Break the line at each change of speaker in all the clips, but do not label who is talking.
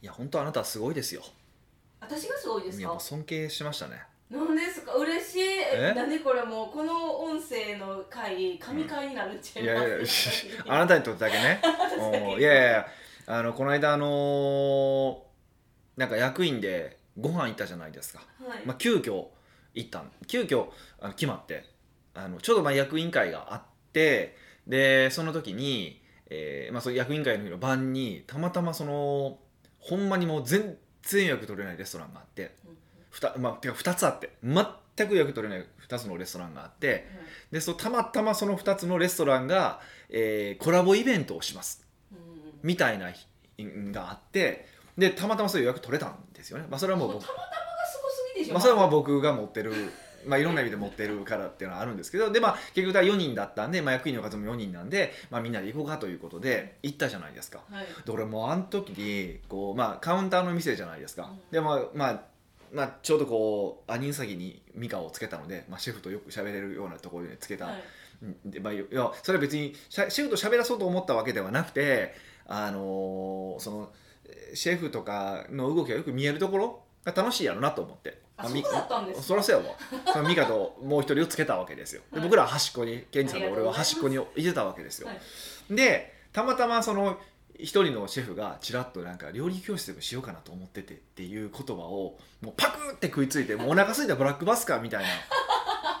いや本当あなたはすごいですよ
私がすごいです
いやも
か
う尊敬しましたね
なんですか嬉しい
え
え何これもうこの音声の回神回になるっち
い
ゃ
や
い
いやいや
ます
あなたにとってだけねおーいやいやいやあのこの間あのーなんか役員でご飯行ったじゃないですか、
はい、
まあ、急遽行ったん急遽あの決まってあのちょうどまあ役員会があってでその時に、えーまあ、その役員会の日の晩にたまたまそのほんまにもう全然予約取れないレストランがあって
うん
ふた、まあ、てか2つあって全く予約取れない2つのレストランがあって、でそうたまたまその2つのレストランが、えーコラボイベントをします
うんうん
みたいな日があってでたまたまそういう予約取れたんですよね、まあ、それはもう
もう
僕
たまたまがすごすぎでしょ、
まあ、それはまあ僕が持ってる、まあ、いろんな意味で持ってるからっていうのはあるんですけどで、まあ、結局だ4人だったんで、まあ、役員の数も4人なんで、まあ、みんなで行こうかということで行ったじゃないですか。
はい、
で俺もうあの時にこう、まあ、カウンターの店じゃないですか、
うん
でまあまあ、まあ、ちょうどこうアニンサギにミカをつけたので、まあ、シェフとよく喋れるようなところにつけた
はい
うんでまあ、いやそれは別にシェシェフと喋らそうと思ったわけではなくて、あのーそのえーシェフとかの動きがよく見えるところが楽しいやろなと思って。
あ
まみ
そうだったんですか
そらそうやわそのミカともう一人をつけたわけですよで
はい
僕らは端っこにケンジさんと
あり
俺
がとう
は
ございます
端っこにいてたわけですよ、
はい
でたまたまその一人のシェフがちらっとなんか料理教室でもしようかなと思っててっていう言葉をもうパクって食いついてもうお腹すいたブラックバスかみたい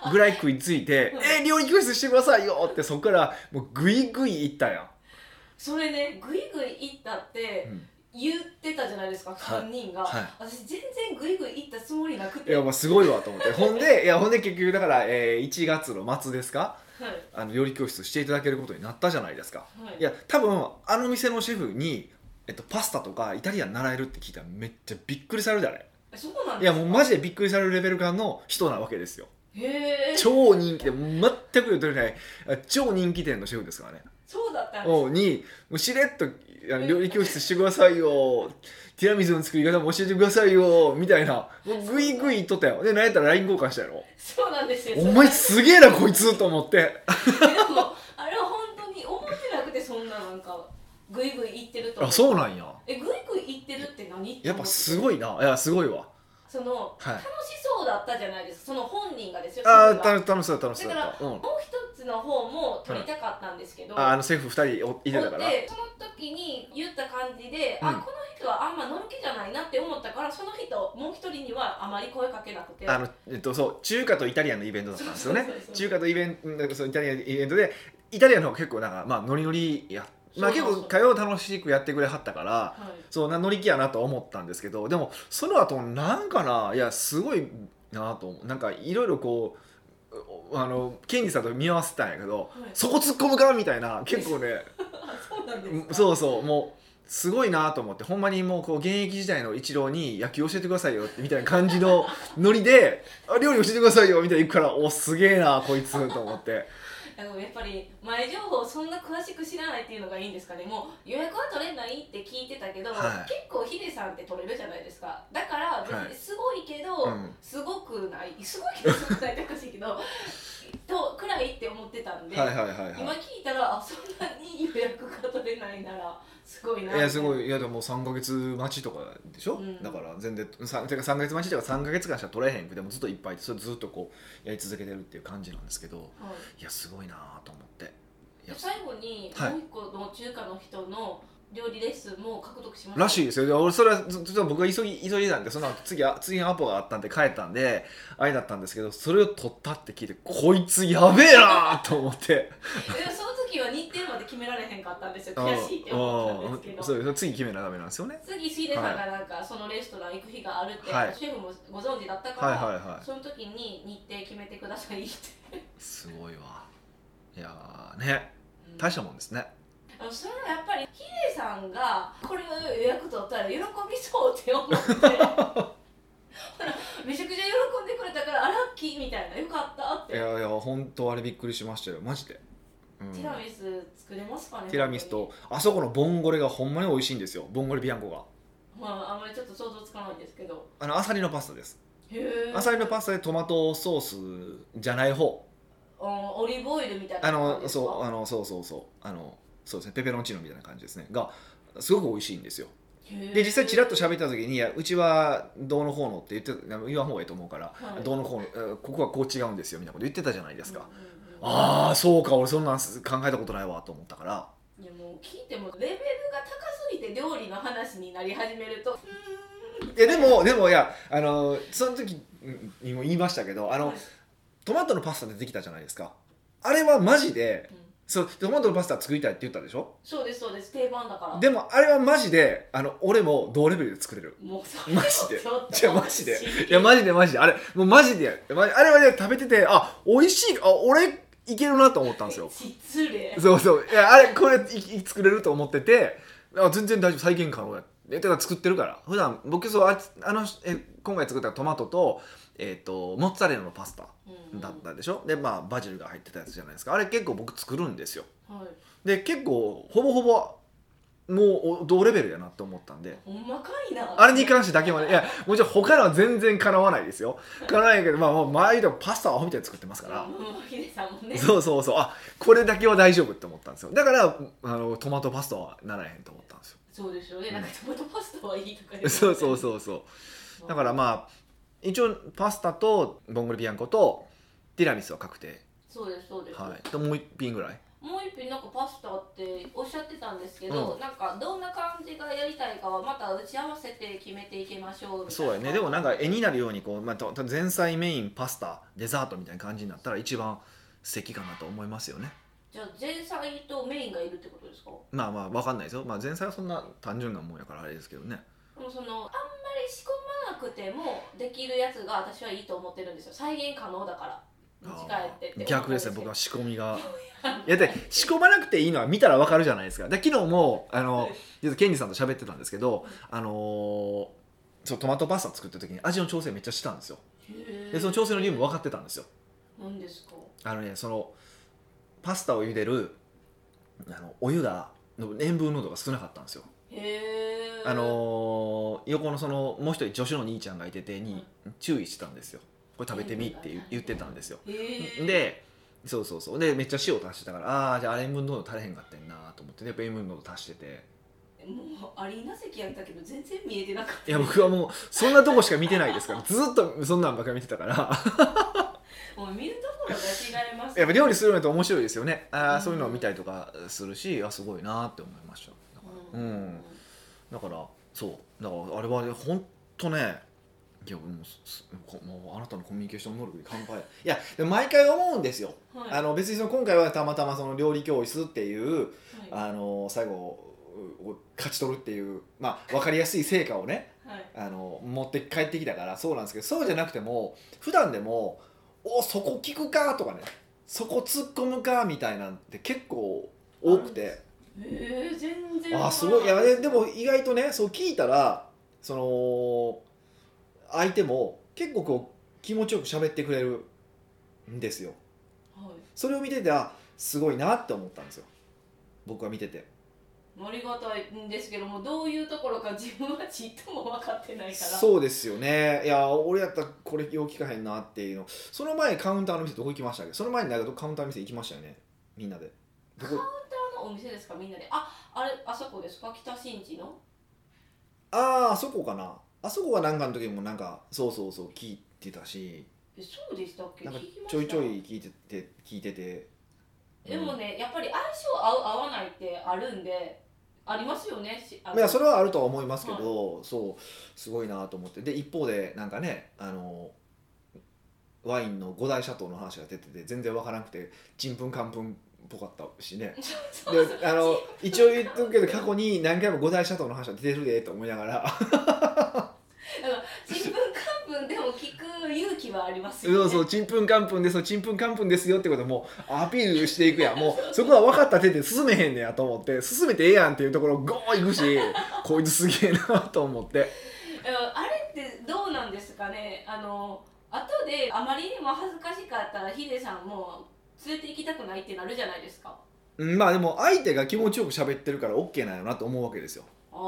なぐらい食いついて「え料理教室してくださいよ!」ってそこからもうグイグイ行ったやん、
それねグイグイ行ったって
うん
言ってたじゃないですか、
はい
3人が、
はい
私全然グイグイ行ったつもりなく
い
て
やまあすごいわと思ってほんでいやほんで結局だから、えー1月の末ですか
はい
あの料理教室していただけることになったじゃないですか
はい
いや多分あの店のシェフに、えっと、パスタとかイタリアン習えるって聞いたらめっちゃびっくりされるであれ
そうなん
い
で
や
すか
もうマジでびっくりされるレベル感の人なわけですよ
へえ
超人気で全く取れないあ超人気店のシェフですからね
そうだったんです
おうにもうしれっとあの料理教室してくださいよティラミスの作り方も教えてくださいよみたいなもうグイグイ言っとったよで何やったら LINE 交換したやろ
そうなんですよ
お前
そ
すげえなこいつと思って
れでもあれは本当に思ってなくてそんななんかグイグイ行ってると
あそうなんや
えグイグイ行ってるって何
やっぱす
い
ごいないやすごいわ
その
はい
楽しそうだったじゃないですかその本人がですよ
ああ
それは
楽しそうだ楽しそうだ
だ
っ
か
た、うん、
もう一つの方も撮りたかったんですけど、
ああの政府2人おいてたから
でその時に言った感じで、
うん
あこの人はあんまのんきじゃないなって思ったからその人もう一人にはあまり声かけなくて
あのえっと、そう中華とイタリアンのイベントだったんですよね
そうそうそうそう
中華とイベントうんそうイタリアンのイベントでイタリアンの方が結構なんか、まあ、ノリノリや、まあ、
そ
結
うそうそう
構火曜楽しくやってくれはったから
はい
そうな乗り気やなと思ったんですけどでもその後なんかないやすごいなと思うなんかいろいろこうおあのケンジさんと見合わせたんやけど、
はい
そこ突っ込むからみたいな結構ね
あそうなんですか
そうそうもうすごいなと思ってほんまにもうこう現役時代の一郎に野球教えてくださいよみたいな感じのノリであ料理教えてくださいよみたいな行くからおすげえなこいつと思 って
あのやっぱり前情報をそんな詳しく知らないっていうのがいいんですかねもう予約は取れないって聞いてたけど、
はい
結構ヒデさんって取れるじゃないですかだから別
はい
にすごいけど、
うん
すごくないすごいけどすごくないっておかしいけど とくらいって思ってたんで、
はいはいはい
今
は
聞いたらあそんなに予約が取れないならすごいない
いやすご
い
いいやでももう3ヶ月待ちとかでしょ、
うん
だから全然さてか3ヶ月待ちとか3ヶ月間しか取れへんくてもうずっといっぱいそれずっとこうやり続けてるっていう感じなんですけど
はい
いやすごいなと思っていや
最後に
はい
もう一個の中華の人の料理レッスンも獲得しました
らしいですよで俺それはずずっと僕が急ぎ急いでたんでその後次あ次のアポがあったんで帰ったんであれだったんですけどそれを取ったって聞いてこいつやべえなと思って
でもその時は日程まで決められへんかったんですよ
うん
悔しいって思ったんですけ
うんそ
ど
う次決めなダメなんですよね
次ヒデさんがなんかそのレストラン行く日があるって、
はい
シェフもご存知だったから、
はいはいはい
その時に日程決めてくださいって
すごいわいやーね
うん
大したもんですね
あのそれはやっぱりヒデさんがこれを予約取ったら喜びそうって思ってほらめちゃくちゃ喜んでくれたからあラッキーみたいなよかったっ
い
て
やいや本当あれびっくりしましたよマジで、うん
ティラミス作れますかね
ティラミスとあそこのボンゴレがほんまに美味しいんですよボンゴレビアンコが
まああんまりちょっと想像つかないんですけど
あのアサリのパスタです
へえ
アサリのパスタでトマトソースじゃない方
オリーブオイルみたいな
あ
感じ
の
ですか
そうあのそうそうそうあのそうですねペペロンチーノみたいな感じですねがすごく美味しいんですよ
へ
で実際ちらっと
しゃ
喋った時に「いやうちはどうの方の」って言って言わん方がいいと思うから「
はい
どうの方のえーここはこう違うんですよ」みたいなこと言ってたじゃないで
です
か、
あ
ああそうか俺そんなんす考えたことないわと思ったから
いやもう聞いてもレベルが高すぎて料理の話になり始めるとうーん
いやでもでもいやあのその時うんにも言いましたけどあの
はい
トマトのパスタ出てきたじゃないですかあれはマジで
うん
そうトマトのパスタ作りたいって言ったでしょ
そうですそうです定番だから
でもあれはマジであの俺も同レベルで作れる
もうそ
マジで
ちょっと
じゃあマジで
い
いやマジでマジであれもうマジでやまあれはね食べててあ美味しいあ俺いけるなと思ったんですよ
失礼
そうそういやあれこれいい作れると思っててあ全然大丈夫再現可能やえだから作ってるから普段僕そうああのえ今回作ったトマトと,、えー、とモッツァレラのパスタ
うん
だったでしょ、でまあバジルが入ってたやつじゃないですかあれ結構僕作るんですよ
はい
で結構ほぼほぼもうお同レベルやなと思ったんで
ほんまかいな
あれに関してだけはねいやもちろん他のは全然かなわないですよかなわないけどまあもう周りでもパスタはアホみたいに作ってますから
うんもうヒデさんもね
そうそうそうあこれだけは大丈夫って思ったんですよだからあのトマトパスタはならへんと思ったんですよ
そうですよねなんかトマトパスタはいいとか言って
そうそうそうそうだからまあ一応パスタとボンゴレビアンコとティラミスは確定
そうですそうです、
はいともう一品ぐらい
もう一品なんかパスタっておっしゃってたんですけど、
う
なんかどんな感じがやりたいかはまた打ち合わせて決めていきましょうみたいな
そうやねでもなんか絵になるようにこう、まあ、とと前菜メインパスタデザートみたいな感じになったら一番素敵かなと思いますよね
じゃあ前菜とメインがいるってことですか
まあまあ分かんないですよ、まあ、前菜はそんな単純なもんやからあれですけどね
でもそのあんまり仕込まなくてもできるやつが私はいいと思ってるんですよ再現可能だから持ち帰ってって
逆ですね僕は仕込みが
はい
やで仕込まなくていいのは見たらわかるじゃないですかで昨日もあの実はケンジさんと喋ってたんですけどあのーそうトマトパスタ作った時に味の調整めっちゃしたんですよでその調整の理由も分かってたんですよ
何ですか
あのねそのパスタを茹でるあのお湯がの塩分濃度が少なかったんですよ
へえ
あのー横のそのもう一人助手の兄ちゃんがいててに注意してたんですよこれ食べてみって言う言ってたんですよ
へえ
でそうそうそうでめっちゃ塩足してたからああーじゃああれ塩分濃度足れへんかったんなと思って、ね、やっぱ塩分濃度足してて
もうアリーナ席やったけど全然見えてなかった
いや僕はもうそんなとこしか見てないですから ずっとそんなんばっかり見てたから
もう見るところが違います
やっぱ料理するのって面白いですよねあ
う
あ
ん
そういうのを見たりとかするしあすごいなって思いましただからうん、だからそうだからあれはねほんとねいやもうすこもうあなたのコミュニケーション能力に乾杯いやでも毎回思うんですよ、
はい
あの別にその今回はたまたまその料理教室っていう
は
あの最後を勝ち取るっていう、まあ、分かりやすい成果をね
いはい
あの持って帰ってきたからそうなんですけどそうじゃなくても普段でも「おそこ聞くか」とかね「そこ突っ込むか」みたいなんて結構多くて
えー、全然
あすごいいや
ね
ででも意外とねそう聞いたらその相手も結構こう気持ちよく喋ってくれるんですよ。
はい
それを見ててあすごいなって思ったんですよ僕は見てて。
ありがたいんですけどもどういうところか自分はちっとも分かってないからう
そうですよねいや俺やったらこれよう聞かへんなっていうのその前カウンターの店どこ行きましたっけその前になんかどっかカウンターの店行きましたよねみんなでどこ
あのお店ですかみんなでああれあそこですか北新地の
あーあそこかなあそこはなんかの時もなんかそうそうそう聞いてたし
えそうでしたっけ
なんか
聞きました
ちょいちょい聞いてて聞いてて
でもねやっぱり相性合う合わないってあるんでありますよねしあ
いやそれはあるとは思いますけど、そうすごいなと思ってで一方でなんかねあのワインの五大シャトーの話が出てて全然わからなくてちんぷんかんぷんっぽかったしね
そうそう
であの一応言っとくけど過去に何回も五大シャトーの話は出てるでと思いながら
自分漢文でも聞く勇気はあります
そ
よ
う
ね
そうちんぷんかんぷんでそうちんぷんかんぷんですよってこともアピールしていくやんもうそこは分かった手で進めへんねやと思って進めてええやんっていうところゴー行くしこいつすげえなと思って
でもあれってどうなんですかねあの後であまりにも恥ずかしかったらヒデさんも連れて行きたくないってなるじゃないですか
うんまあでも相手が気持ちよく喋ってるから OK なんやなと思うわけですよ
あ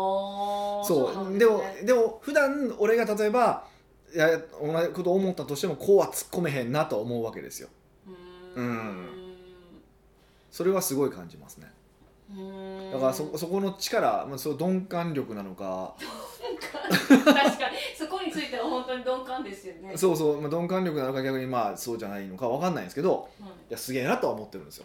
ー
そう
なん
です
ね
もでも普段俺が例えばいや同じこと思ったとしてもこうは突っ込めへんなと思うわけですよ
うーん
うそれはすごい感じますね
うーん
だからそそこの力、まあ、そう鈍感力なのか
確かにそこについては本当に鈍感ですよね
そうそう、まあ、鈍感力なのか逆にまあそうじゃないのかわかんないんですけど
はい
いやすげえなとは思ってるんですよ、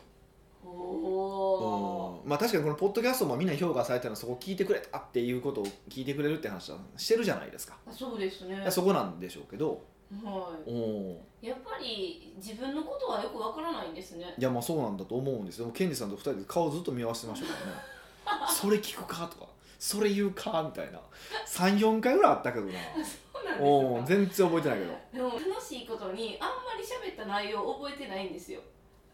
おお
うんまあ、確かにこのポッドキャストもみんな評価されてるのはそこ聞いてくれたっていうことを聞いてくれるって話はしてるじゃないですか
あそうですね
いやそこなんでしょうけど
は
うん
いやっぱり自分のことはよくわからないんですね
いやまあそうなんだと思うんですよでもケンジさんと二人で顔ずっと見合わせてましたからねそれ聞くかとかそれ言うかみたいな34回ぐらいあったけどな
そうなん
うん
ですか
全然覚えてないけど
でも楽しいことにあんまり喋った内容覚えてないんですよ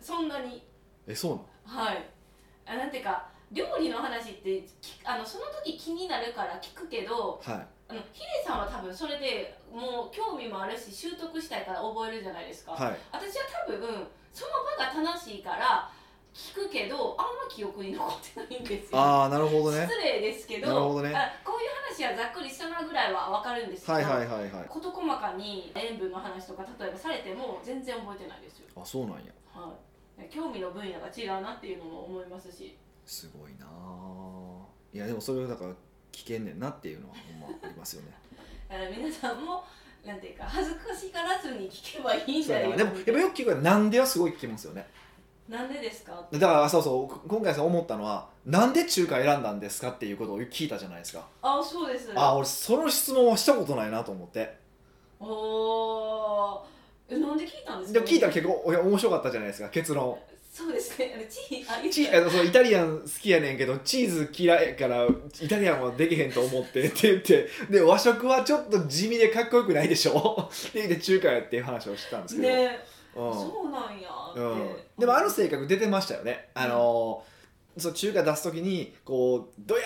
そんなに
えそうなの
はいあなんていうか料理の話って聞くあのその時気になるから聞くけど
はい
あのヒデさんは多分それでもう興味もあるし習得したいから覚えるじゃないですか、
はい
私は多分その場が楽しいから聞くけどあんま記憶に残ってないんですよ
ああなるほどね
失礼ですけど
なるほどね
あこういう話はざっくりしたなぐらいは分かるんですけど、
はいはいはいはい
事細かに塩分の話とか例えばされても全然覚えてないですよ、
あそうなんや
はい、興味の分野が違うなっていうのも思いますし
すごいなあいやでもそれをだから聞けんねんなっていうのはほんまありますよね
あの皆さんもなんていうか恥ずかしがらずに聞けばい いん
そう
だ
や
よ
なでもやっぱよく聞くからなんではすごい聞きますよね
なんでですか
だからそうそう今回さ思ったのはなんで中華選んだんですかっていうことを聞いたじゃないですか
あそうです
あ俺その質問はしたことないなと思って
おーえなんで聞いたんですか
でも聞いたら結構いや面白かったじゃないですか結論
そうですねあのチーあ言っ
チ
て
ーあのそうイタリアン好きやねんけどチーズ嫌いやからイタリアンはできへんと思ってって言ってで和食はちょっと地味でかっこよくないでしょって言って中華やっていう話をしてたんですけど、
ね
うん
そうなんやって、
うん、でもある性格出てましたよねあのーそう中華出す時にこう「どや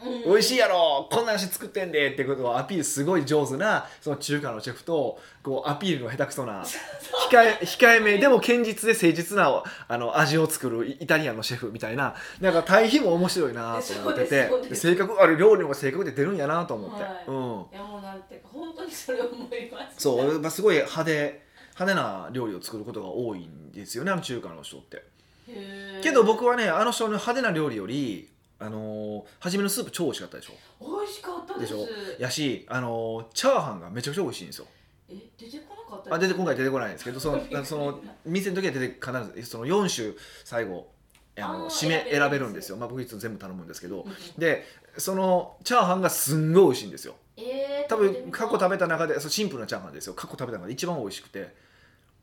うん
美味しいやろこんな話作ってんで」ってことをアピールすごい上手なその中華のシェフとこうアピールの下手くそな控 え控えめでも堅実で誠実なあの味を作るイイタリアンのシェフみたいななんか対比も面白いなと思って
そうです
て
そうです
性格あれ料理も性格で出るんやなと思って、
はい
うん、
いやもうなんていうか本当にそれ思います
そうやっぱすごい派手派手な料理を作ることが多いんですよねあの中華の人って。
へー
けど僕はねあの人の派手な料理よりあのー初めのスープ超美味しかったでしょ
美味しかったです
でしやし、あのーチャーハンがめちゃくちゃ美味しいんですよ
え出てこなかった
あ出て今回出てこないんですけどそのそ の店の時は出て必ずその4種最後あの
あー
締め
選べる
選べる
やつ
んですよ、まあ、僕いつも全部頼むんですけど
うん
でそのチャーハンがすんごい美味しいんですよ
えー、
多
食べて
分
みた
過去食べた中でそうシンプルなチャーハンですよ過去食べた中で一番美味しくて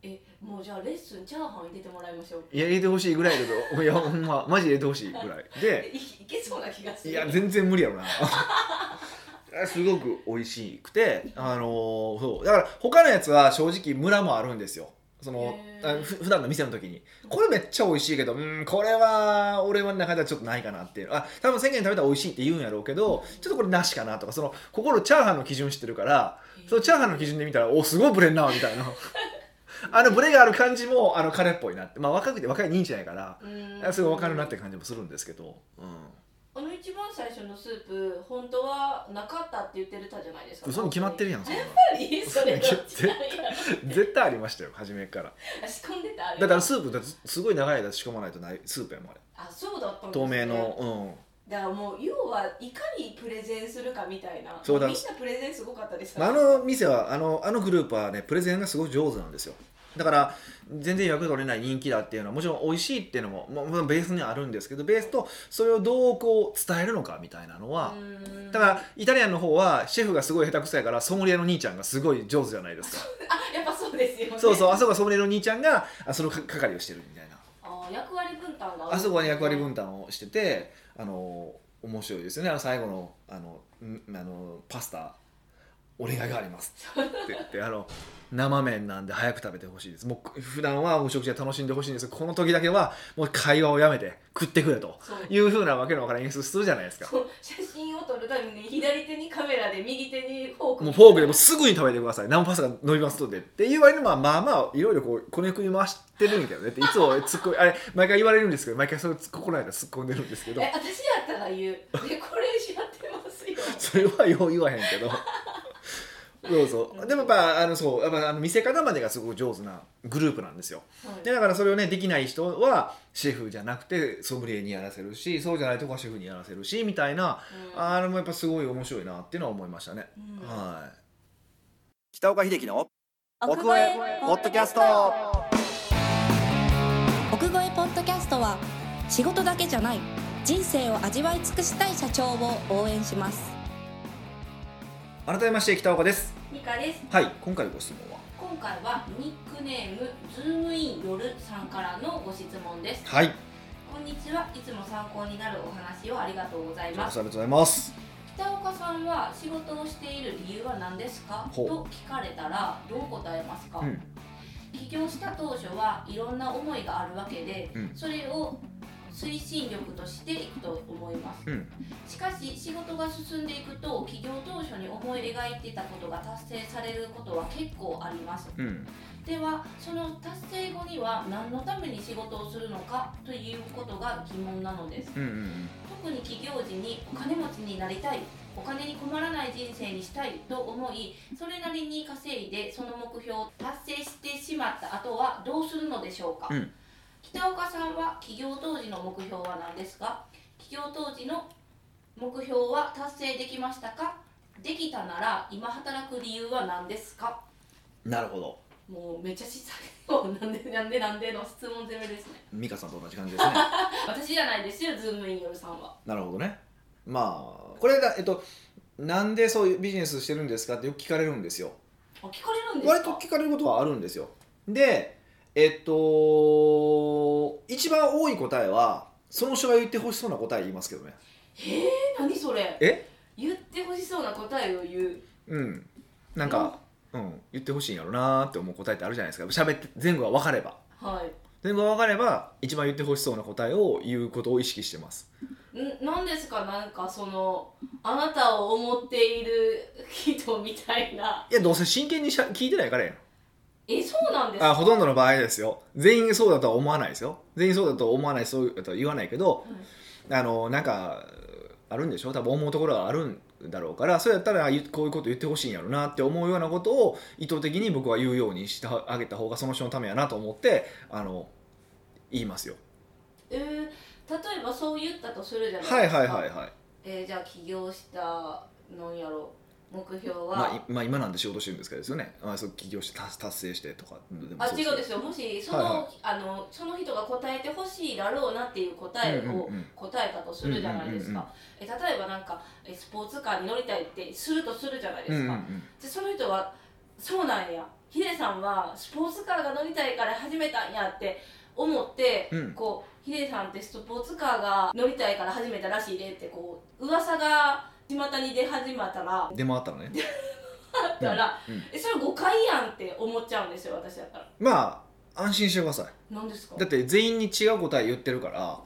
えもうじゃあレッスンチャーハン入れてもらいましょう
いや入れてほしいぐらいだけどいやほんまマジ入れてほしいぐらいで
えいいけそうな気がす
い
る
や全然無理やろな すごく美味しくてあのーそうだから他のやつは正直ムラもあるんですよその
へ
あ
ー
ふ普段の店の時にこれめっちゃ美味しいけどうんこれは俺の中ではちょっとないかなっていうあ多分世間で食べたら美味しいって言うんやろうけどちょっとこれなしかなとかその心チャーハンの基準知ってるからそのチャーハンの基準で見たらおすごいブレんなみたい なあのブレがある感じもあの彼っぽいなって、まあ、若くて若い人じゃないから
うん
すごい分かるなって感じもするんですけど、うん、
あの一番最初のスープ本当はなかったって言ってるたじゃないですか
嘘に決まってるやんそんな
何それどっちなんや
絶対ありましたよ初めから
ろ仕込んでたあれ
だからスープだってすごい長い間仕込まないとないスープやもんあれ
あそうだったんです
透明
ね
の
だからもう要はいかにプレゼンするかみたいな
そうだ
みんなプレゼンすごかったです
うん、まあ、あの店はあのあのグループはねプレゼンがすごい上手なんですよだから全然予約取れない人気だっていうのはもちろん美味しいっていうのももうベースにはあるんですけどベースとそれをどうこう伝えるのかみたいなのは、
うん
だからイタリアンの方はシェフがすごい下手くそやからソムリエの兄ちゃんがすごい上手じゃないですか
あやっぱ そうですよね
そうそうあそこはソムリエの兄ちゃんがあその係をしてるみたいな
あー役割分担が
あそこは役割分担をしててあの面白いですよねあの最後のあのんあのパスタお願いがありますって言ってあの生麺なんで早く食べてほしいですもう普段はお食事は楽しんでほしいんですがこの時だけはもう会話をやめて食ってくれと
そう
いうふうなわけのわからん演出するじゃないですか
そう写真を撮るために左手にカメラで右手にフォーク
もうフォークでもすぐに食べてください生パスタが伸びますのでっていう割にまあまあまあいろいろこうこねくり回してるんだよねっていつも突っ込みあれ毎回言われるんですけど毎回それを心から突っ込んでるんですけど
え私やったら言うでこれやってますよ
それはよう言わへんけどそうそうでもやっぱあのそうやっぱあの見せ方までがすごく上手なグループなんですよでだからそれをねできない人はシェフじゃなくてソムリエにやらせるしそうじゃないとこはシェフにやらせるしみたいなあれもやっぱすごい面白いなっていうのは思いましたね、はい北岡秀樹の奥越えポッドキャスト
奥越えポッドキャストは仕事だけじゃない人生を味わい尽くしたい社長を応援します
改めまして北岡です
ミカです
はい今回ご質問は
今回はニックネームズームイン夜さんからのご質問です
はい
こんにちはいつも参考になるお話をありがとうござい
ありが
ます
とうございます
北岡さんは仕事をしている理由は何ですか
ほう
と聞かれたらどう答えますか、
うん
起業した当初はいろんな思いがあるわけで、
うん
それを推進力としていくと思います
うん
しかし仕事が進んでいくと起業当初に思い描いてたことが達成されることは結構あります
うん
ではその達成後には何のために仕事をするのかということが疑問なのです
うんうん
特に起業時にお金持ちになりたいお金に困らない人生にしたいと思いそれなりに稼いでその目標を達成してしまった後はどうするのでしょうか、
うん
北岡さんは起業当時の目標は何ですか起業当時の目標は達成できましたかできたなら今働く理由は何ですか
なるほど
もうめっちゃ小さいもうなんでなんでなんでの質問攻めですね
美香さんと同じ感 じですね
私じゃないですよズームインよるさんは
なるほどねまあこれがえっとなんでそういうビジネスしてるんですかってよく聞かれるんですよ
あ聞かれるんですか
割と聞かれることはあるんですよでえっと一番多い答えはその人が言ってほしそうな答え言いますけどね
へえ何それ
え
言ってほしそうな答えを言う
うんなんか、うん、言ってほしいんやろなーって思う答えってあるじゃないですか喋って前後が分かれば
はい
前後が分かれば一番言ってほしそうな答えを言うことを意識してます
ん何ですかなんかそのあなたを思っている人みたいない
やどうせ真剣にしゃ聞いてないからやん
えそうなんです
あ
か
ほとんどの場合ですよ全員そうだとは思わないですよ全員そうだとは思わないそうだとは言わないけど、あのなんかあるんでしょ多分思うところがあるんだろうからそれやったらあこういうこと言ってほしいんやろうなって思うようなことを意図的に僕は言うようにしてあげた方がその人のためやなと思ってあの言いますよ
えー、例えばそう言ったとするじゃない
はい
ですか
はいはいはい
えーじゃあ起業したのやろ目標は、
まあ、いまあ今なんで仕事してるんですけどですよね、まあ、そう起業して達達成してとかで
あ
そう
違うですすよもしそ
は
の,、
いは
あのその人が答えてほしいだろうなっていう答え
うんう
を
んうん
答えたとするじゃないです
うん
か、え例えばなんかえスポーツカーに乗りたいってするとするじゃないで
うんう
す
んう
か、
ん
でその人はそうなんやヒデさんはスポーツカーが乗りたいから始めたんやって思って、
うん
こうヒデさんってスポーツカーが乗りたいから始めたらしいでってこう噂が巷に出始まったら
出回ったのね
あったら、
うんうん
えそれ誤解やんって思っちゃうんですよ私だったら
まあ安心してください
何ですか
だって全員に違う答え言ってるから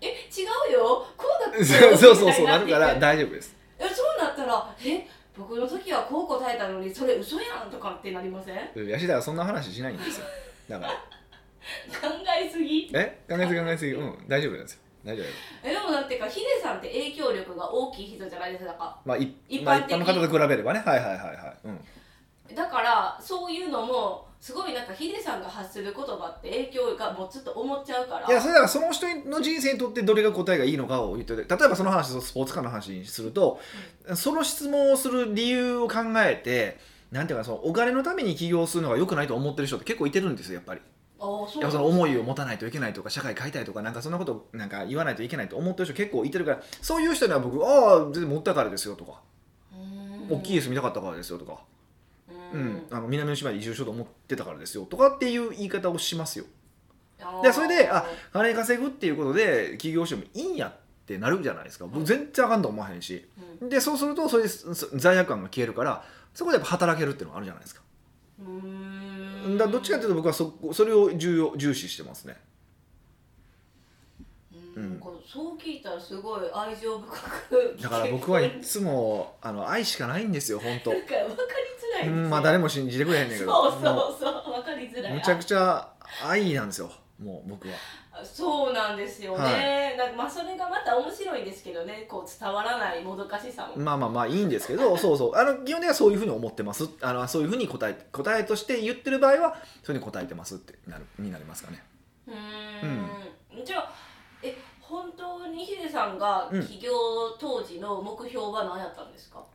え違うよこうだった
そう
よ
そうそう
みた
ないる
に
か
って
ら大丈夫です
えそうなったらえ僕の時はこう答えたのにそれ嘘やんとかってなりません 考
ヤシダはそんな話 しないんですよだから
えすぎ
え考えすぎ考えすぎうん大丈夫なんですよ大丈夫
えでもだってかヒデさんって影響力が大きい人じゃないですか
まあい
一般的
まあ、一般の方と比べればねはいはいはいはい、うん、
だからそういうのもすごいなんかヒデさんが発する言葉って影響がもうちょっと思っちゃうから
いやそれだからその人の人生にとってどれが答えがいいのかを言ってて例えばその話スポーツカーの話にするとその質問をする理由を考えてなんていうかそのお金のために起業するのが良くないと思ってる人って結構いてるんですよやっぱり
あーそう
いやその思いを持たないといけないとか社会変えたいとかなんかそんなことなんか言わないといけないと思ってる人結構いてるからそういう人には僕「ああ全然持ったからですよ」とか
うー
「
ん
大きいです見たかったからですよ」とか「
うー
うんん、あの南の島に移住しようと思ってたからですよ」とかっていう言い方をしますよ。
あー
でそれであ金稼ぐっていうことで起業してもいいんやってなるじゃないですか僕全然あかんと思わへんし
う
でそうするとそれですそ罪悪感が消えるからそこでやっぱ働けるっていうのがあるじゃないですか
うー
だ
ん
からどっちかっていうと僕はそそれを重要重視してますね。
う
うん
ん、なんかそう聞いたらすごい愛情深く
だから僕は
なん
いつもあの愛しかないんですよ 本当
か分かりづらいですよ
うんまあ誰も信じてくれへんねんけど
そうそう
も
そう分かりづ
う
らい
むちゃくちゃ愛なんですよもう僕は
あそうなんですよね、
は
なんかまあそれがまた面白いんですけどねこう伝わらないもどかしさも、
まあまあまあいいんですけど そうそうあの基本的にはそういうふうに思ってますあのそういうふうに答え答えとして言ってる場合はそういうふうに答えてますってなるになりますかね
うーんじゃあえ本当にヒデさんが
うん
起業当時の目標は何やったんですか、
だか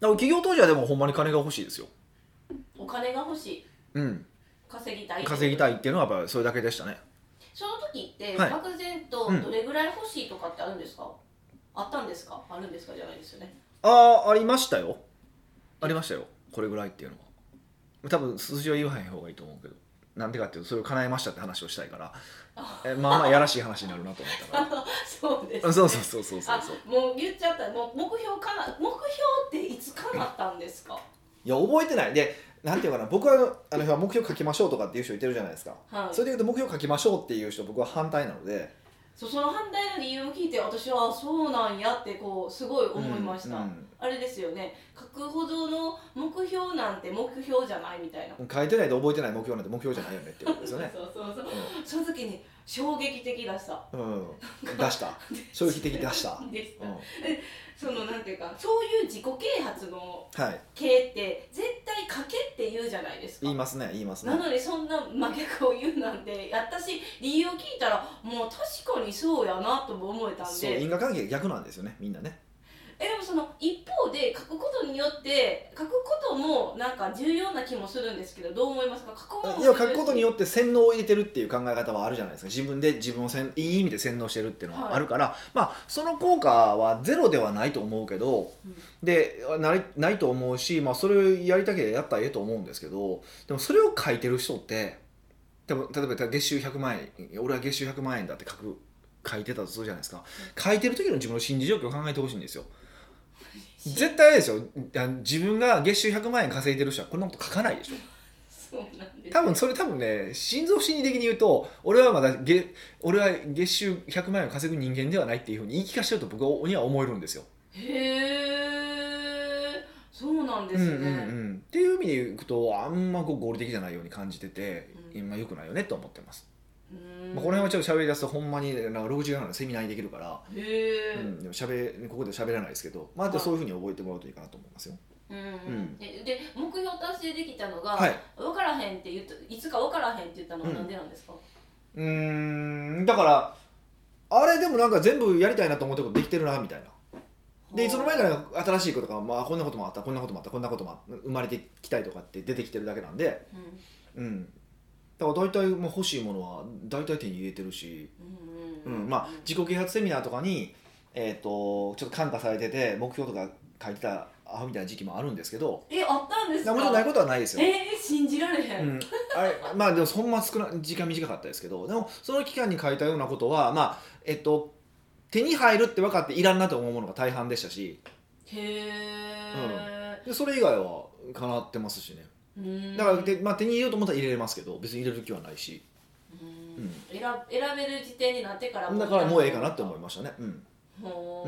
ら企業当時はでもほんまに金が欲しいですよ
お金が欲しい
うん
稼ぎたい
稼ぎた
い
いっていうのはやっぱりそれだけでしたね
その時って
はい
漠然とどれぐらい欲しいとかってあるんですか、あったんですかあるんですかじゃないですよね
ああありましたよありましたよこれぐらいっていうのは多分数字は言わへん方がいいと思うけどなんでかっていうとそれを叶えましたって話をしたいからえまあまあやらしい話になるなと思ったか
そうで す、
らそうそうそうそうそう
あ
そう
もう言っちゃったもう目標かな目標っていつかなったんですか
いや覚えてないでなんていうかな僕はあの目標書きましょうとかっていう人いてるじゃないですか
はい
それでいうと目標書きましょうっていう人僕は反対なので
そその反対の理由を聞いて私はあそうなんやってこうすごい思いました、
うん
あれですよね書くほどの目標なんて目標じゃないみたいな、
うん書いてないで覚えてない目標なんて目標じゃないよねってことですよ ね、
そうそうそうその時に衝撃的だした
うん、出した衝撃的出した、
でした、
う
そのなんていうかそういう自己啓発の
ん、はい
系って絶対書けって言うじゃないですか
言いますね言いますね
なのにそんな真逆を言うなんてやったし理由を聞いたらもう確かにそうやなとも思えたん
そう
で
因果関係逆なんですよねみんなね
えでもその一方で書くことによって書くこともなんか重要な気もするんですけどどう思いますか書く
いや書くことに
よ
よって洗脳を入れてるっていう考え方はあるじゃないですか自分で自分をせんいい意味で洗脳してるっていうのはあるから、まあその効果はゼロではないと思うけど
うん
でないないと思うし、まあ、それをやりたければやったらええと思うんですけどでもそれを書いてる人ってでも例えば月収100万円俺は月収100万円だって書く書いてたとするじゃないですか書いてる時の自分の心理状況を考えてほしいんですよ絶対あれですよあの自分が月収100万円稼いでる人はこんなこと書かないでしょ
そうなんです
多分それ多分ね心臓心理的に言うと俺はまだげ俺は月収100万円を稼ぐ人間ではないっていうふうに言い聞かせてると僕はには思えるんですよ。
へえそうなんです
うん
ね、
うんうん、っていう意味でいくとあんまこう合理的じゃないように感じてて、
うん
今よくないよねと思ってます。
うーん
まあ、この辺はちょっと喋り出すとほんまになんか6時間のセミナーにできるから、
へ
う
え、
ん、でも喋ここでは喋らないですけど、まあ、あとそういうふうに覚えてもらうといいかなと思いますよ。
うん
ん
えで目標達成できたのが、
はい
分からへんって言ったいつか分からへんって言ったのはなんでなんですか、
うーんだからあれでもなんか全部やりたいなと思ってることできてるなみたいな。でいつの間にか新しいことが、まあ、こんなこともあったこんなこともあったこんなこともあった生まれてきたりとかって出てきてるだけなんで、
う
うん、だから大体もう欲しいものは大体手に入れてるし、
ん
うんまあ、自己啓発セミナーとかに、えー、とちょっと感化されてて目標とか書いてたアホみたいな時期もあるんですけど
えあったんですか
何もちろんないことはないですよ。
えー、信じられへん、
うん、あれまあでもそんな少ない時間短かったですけどでもその期間に書いたようなことはまあえっと手に入るって分かっていらんなと思うものが大半でしたし
へ
でそれ以外は叶ってますしね
え、うん
だからで、まあ、手に入れようと思ったら入れれますけど別に入れる気はないし
う
うんん、
選選べる時点になってから
だからもうええかなって思
う
いましたね、うん、
ほ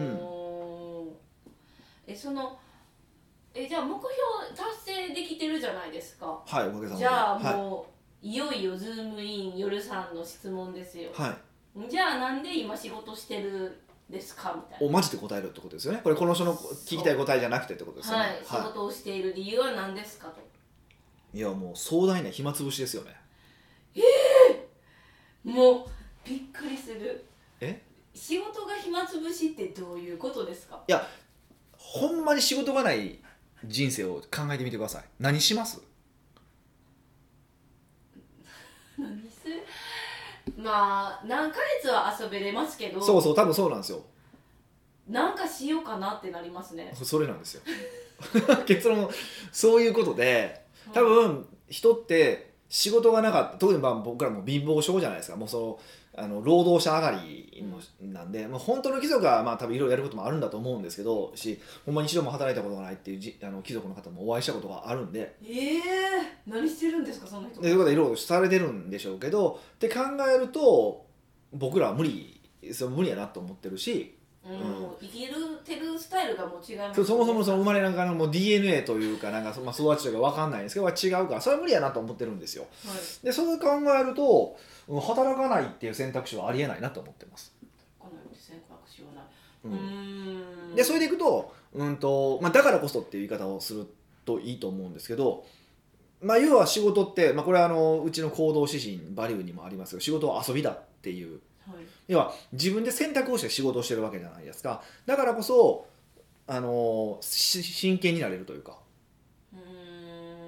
ーえそのえじゃあ目標達成できてるじゃないですか
はいおかげさまで
じゃあ
は
もう、い、よいよズームイン夜さんの質問ですよ
い、はい、
じゃあなんで今仕事してるですかみたいな
おマジで答えるってことですよねこれこの人の聞きたい答えじゃなくてってことですよね
はい、仕事をしている理由は何ですかと
い、いやもう壮大な暇つぶしですよね
もうびっくりする
え
仕事が暇つぶしってどういうことですか
ほんまに仕事がない人生を考えてみてください何します
何するまあ何ヶ月は遊べれますけど
そうそう多分そうなんですよ
なんかしようかなってなりますね
それなんですよ 結論そういうことで多分人って仕事がなかった特にまあ僕らも貧乏症じゃないですかもうそのあの労働者上がりのなんで、まあ、本当の貴族はまあ多分いろいろやることもあるんだと思うんですけどしほんまに一度も働いたことがないっていうじあの貴族の方もお会いしたことがあるんで
ええ何してるんですかそんな
で
人
そういうことはいろいろされてるんでしょうけどって考えると僕らは無理それ無理やなと思ってるし
うんもう生きるてるスタイルがもう違います、
そうそもそもその生ま
れ
れなんかのもう DNA というかなんか、まあ、育ちというか分かんないんですけどは違うからそれは無理やなと思ってるんですよでそう考えるとうん働かないっていう選択肢はありえないなと思ってます、
このように選択肢はない
うん
うん
でそれでいくと,、うんとまあ、だからこそっていう言い方をするといいと思うんですけど、まあ、要は仕事って、まあ、これはあのうちの行動指針バリューにもありますけど仕事は遊びだっていう
はい
要は自分で選択をして仕事をしてるわけじゃないですかだからこそあのし真剣になれるというか、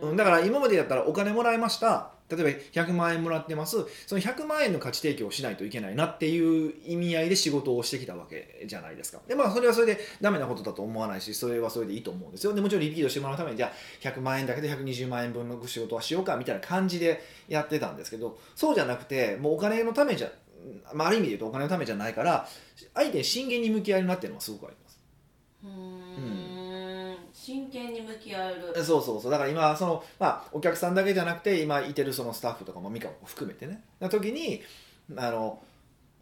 う
うんん、だから今までだったらお金もらいました例えば100万円もらってますその100万円の価値提供をしないといけないなっていう意味合いで仕事をしてきたわけじゃないですかでまあそれはそれでダメなことだと思わないしそれはそれでいいと思うんですよでもちろんリピートしてもらうためにじゃあ100万円だけで120万円分の仕事はしようかみたいな感じでやってたんですけどそうじゃなくてもうお金のためじゃ、まあ、ある意味で言うとお金のためじゃないから相手に真剣に向き合いになってるのはすごくあります
うーん真剣に向き合える
そうそうそうだから今その、まあ、お客さんだけじゃなくて今いてるそのスタッフとかもみかも含めてねな時にあの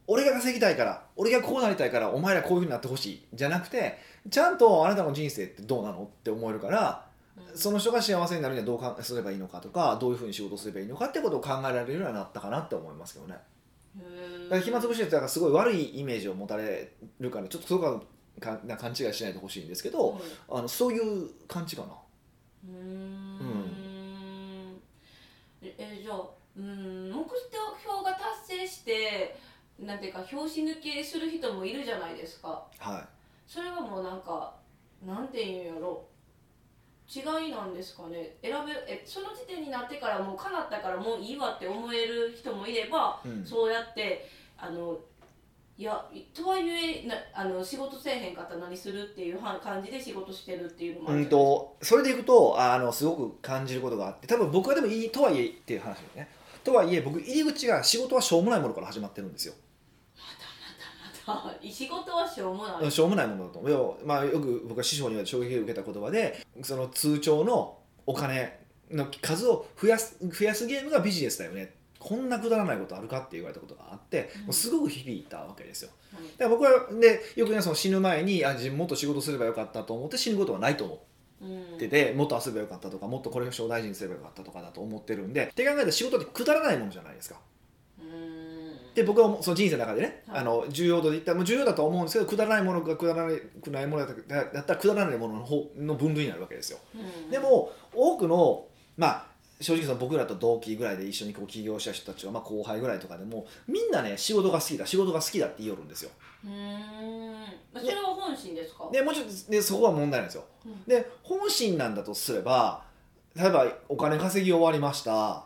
俺が稼ぎたいから俺がこうなりたいからお前らこういうふうになってほしいじゃなくてちゃんとあなたの人生ってどうなのって思えるから
うん
その人が幸せになるにはどうかすればいいのかとかどういうふうに仕事すればいいのかってことを考えられるようになったかなって思いますけどね
へ
だ
ー
から暇つぶしってだからすごい悪いイメージを持たれるからちょっとそこはかな勘違いしないでほしいんですけどあのそういう感じかな。
うーんええじゃあうーん目標が達成してなんていうか拍子抜けする人もいるじゃないですか
はい
それはもうなんかなんていうんやろ違いなんですかね選べえその時点になってからもう叶ったからもういいわって思える人もいれば
うん
そうやってあのいやとはいえなあの仕事せえへんかったら何するっていうは感じで仕事してるっていうのもあ
う
る
ん
じゃないで
とそれでいくとああのすごく感じることがあって多分僕はでもいいとはいえっていう話だよねとはいえ僕入り口が仕事はしょうもないものから始まってるんですよ、
すか 仕事はしょうもない、
しょうもないものだと思うよ,、まあ、よく僕は師匠には衝撃を受けた言葉でその通帳のお金の数を増やす増やすゲームがビジネスだよねこんなくだらないことあるかって言われたことがあって、
うん
もうすごく響いたわけですよ
はい
だから僕はでよくねその死ぬ前にあ自分もっと仕事すればよかったと思って死ぬことはないと思う
うん
っててもっと遊べばよかったとかもっとこれを将来人にすればよかったとかだと思ってるんでって考えたら仕事ってくだらないものじゃないですか
うん
で僕はもうその人生の中でね、
はい
あの重要度で言ったらもう重要だとは思うんですけどくだらないものがくだらないくだらないものだったらだったらくだらないものの方の分類になるわけですよ
うん
でも多くのまあ正直その僕らと同期ぐらいで一緒にこう起業した人たちは、まあ、後輩ぐらいとかでもみんなね仕事が好きだ仕事が好きだって言いよるんですよ
うんまあそれは本心ですか、
でもちろんでそこは問題なんですよ
うん
で本心なんだとすれば例えばお金稼ぎ終わりました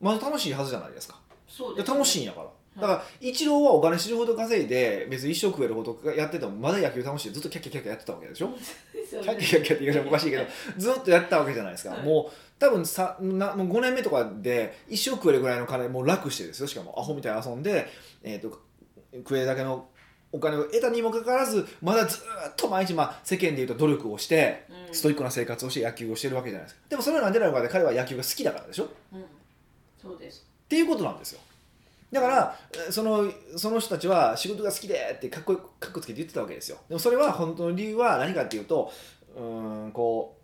まだ楽しいはずじゃないですか
そう
で
です、
楽 しいんやからだから一郎はお金死ぬほど稼いで別に一生食えるほどやっててもまだ野球楽しいずっとキャッキャキャッキャやってたわけでしょ
ですよ
キャッ
ね
キャキャッキャって言うのもおかしいけどずっとやってたわけじゃないですか、
はい
もう多分さなもう5年目とかで一生食えるぐらいの金もう楽してですよしかもアホみたいに遊んで、えー、と食えるだけのお金を得たにもかかわらずまだずーっと毎日、まあ、世間でいうと努力をして
うん
ストイックな生活をして野球をしてるわけじゃないですかでもそれはなんでなのかって彼は野球が好きだからでしょっ
うんそうです
ていうことなんですよだからえーそのその人たちは仕事が好きでってかっこよくかっこつけて言ってたわけですよでもそれは本当の理由は何かっていうとうーんこ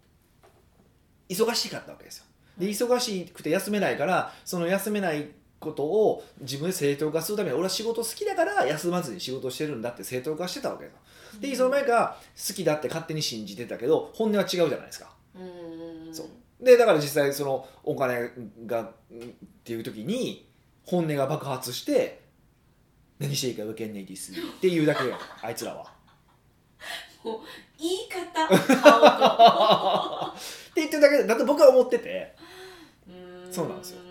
う忙しかったわけですよで忙しくて休めないからその休めないことを自分で正当化するために俺は仕事好きだから休まずに仕事してるんだって正当化してたわけですよでその前から好きだって勝手に信じてたけど本音は違うじゃないですか
うん
そうでだから実際そのお金がうんっていう時に本音が爆発して「何していいか分けんねえです」っていうだけよ あいつらは。
言い方顔と
って言ってるだけだと僕は思ってて
う
そうなんですよ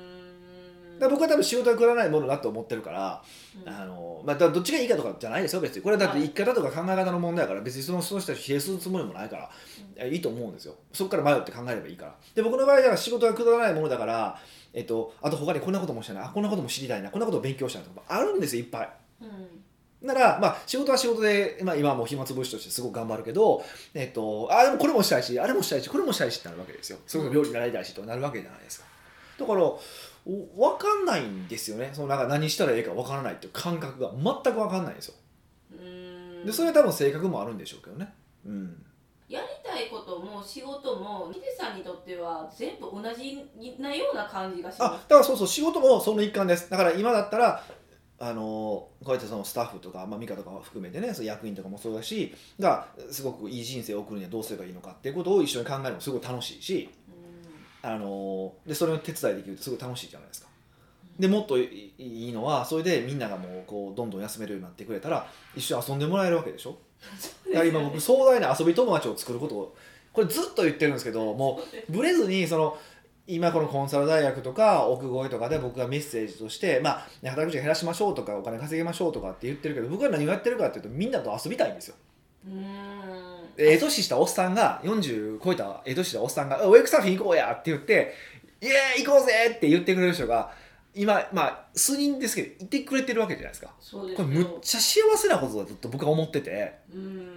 だから
だ
僕は多分仕事はくだらないものだと思ってるから、あのまあ、だどっちがいいかとかじゃないですよ別にこれはだって
は
生
い
き方とか考え方の問題だから別にそのその人たち否定するつもりもないから、えいいと思うんですよそこから迷って考えればいいからで僕の場合は仕事はくだらないものだから、えっと、あと他にこんなこともしたいなあこんなことも知りたいなこんなことを勉強したいなとかあるんですよいっぱい
うん
なら、まあ、仕事は仕事で、まあ、今はもう暇つぶしとしてすごく頑張るけど、えっと、あでもこれもしたいしあれもしたいしこれもしたいしってなるわけですよそれこそ料理習いたいしとかなるわけじゃないですかだからお分かんないんですよねそのなんか何したらいいか分からないっていう感覚が全く分かんないんですよ
うーんうん
でそれは多分性格もあるんでしょうけどねうん
やりたいことも仕事もヒデさんにとっては全部同じなような感じがし
あ
ま
だからそうそう仕事もその一環ですだから今だったらあのこうやってそのスタッフとか、まあ、美香とかも含めてねその役員とかもそうだしがすごくいい人生を送るにはどうすればいいのかっていうことを一緒に考えるのもすごい楽しいし、
す、う
あのでそれを手伝いできるってすごい楽しいじゃないですか。
ん
でもっといいいのはそれでみんながもうこうどんどん休めるようになってくれたら一緒に遊んでもらえるわけでしょだから今僕壮大な遊び友達を作ることをこれずっと言ってるんですけどもうブレずにその今このコンサル大学とか奥越えとかで僕がメッセージとして、まあね、働く時間減らしましょうとかお金稼げましょうとかって言ってるけど僕は何をやってるかっていうとみんなと遊びたいんですよ。
うーん
でええ年したおっさんが40超えたええ年したおっさんが「ウェイクサーフィン行こうや!」って言って「イエーイ行こうぜ!」って言ってくれる人が今まあ数人ですけどいてくれてるわけじゃないですか
そうです
これ
よ
むっちゃ幸せなことだと僕は思ってて
うー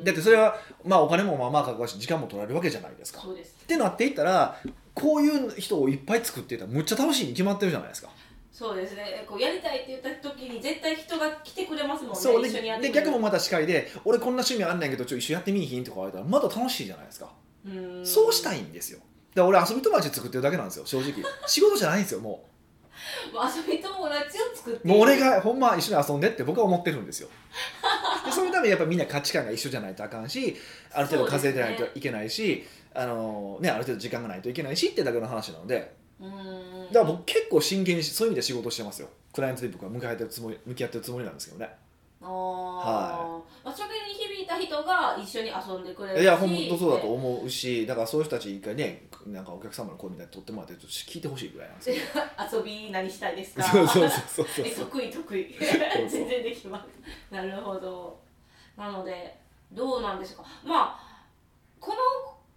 ん
だってそれはまあお金もまあまあかかるし時間も取られるわけじゃないですか
そうです
ってなっていったらこういう人をいっぱい作っていったらむっちゃ楽しいに決まってるじゃないですか
そうですねこうやりたいって言った時に絶対人が来てくれますもんね
そう
一緒にや
でで
ってくれ
逆
る
もまた司会で「俺こんな趣味あんねんけどちょ一緒やってみいひん?」とか言われたらまだ楽しいじゃないですか
うーん
そうしたいんですよ。だから俺遊び友達作ってるだけなんですよ正直仕事じゃないんですよも
もう遊び友達を作って
うもう俺がほんま一緒に遊んでって僕は思ってるんですよでそのためにやっぱみんな価値観が一緒じゃないとあかんしある程度稼いでないといけないし、あのね、ある程度時間がないといけないしってだけの話なので
うーん
だから僕結構真剣にそういう意味で仕事してますよクライアントに僕は向かえてるつもり向き合ってるつもりなんですけどね
あー、まあ、それに響いた人が一緒に遊んでくれるし
いや本当そうだと思うしだからそういう人たち一回ねなんかお客様の声みたいに取ってもらってちょっと聞いてほしいぐらいなんですけど
遊び何したいです か
そうそうそうそう
え
そう
得意得 意
そう
全然できますなるほどなのでどうなんでしょうかまあこの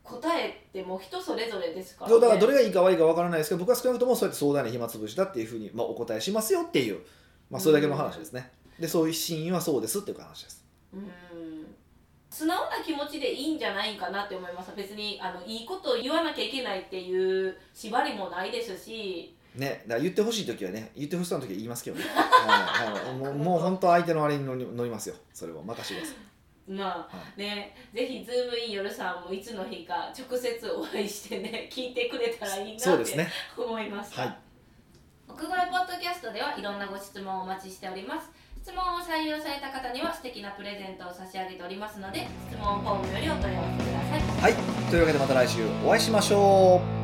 答えってもう人それぞれですから、ね、
そうだからどれがいいか悪いかわからないですけど僕は少なくともそうやって壮大な暇つぶしだっていうふうに、まあ、お答えしますよっていう、まあ、それだけの話ですね、でそういうシーンはそうですっていう話です
うん素直な気持ちでいいんじゃないかなって思います別にあのいいことを言わなきゃいけないっていう縛りもないですし
ねだから言ってほしい時はね言ってほしそうな時は言いますけどね、はいはい、もうもう本当相手のあれに乗り乗りますよそれは任せてください
まあ、
は
ねぜひズームイン夜さんもいつの日か直接お会いしてね 聞いてくれたらいい
そ
な
う
っ
です
て
ね
思いました、
はい
奥越えポッドキャストではいろんなご質問をお待ちしております質問を採用された方には素敵なプレゼントを差し上げておりますので質問フォームよりお問い合わせください
はいというわけでまた来週お会いしましょう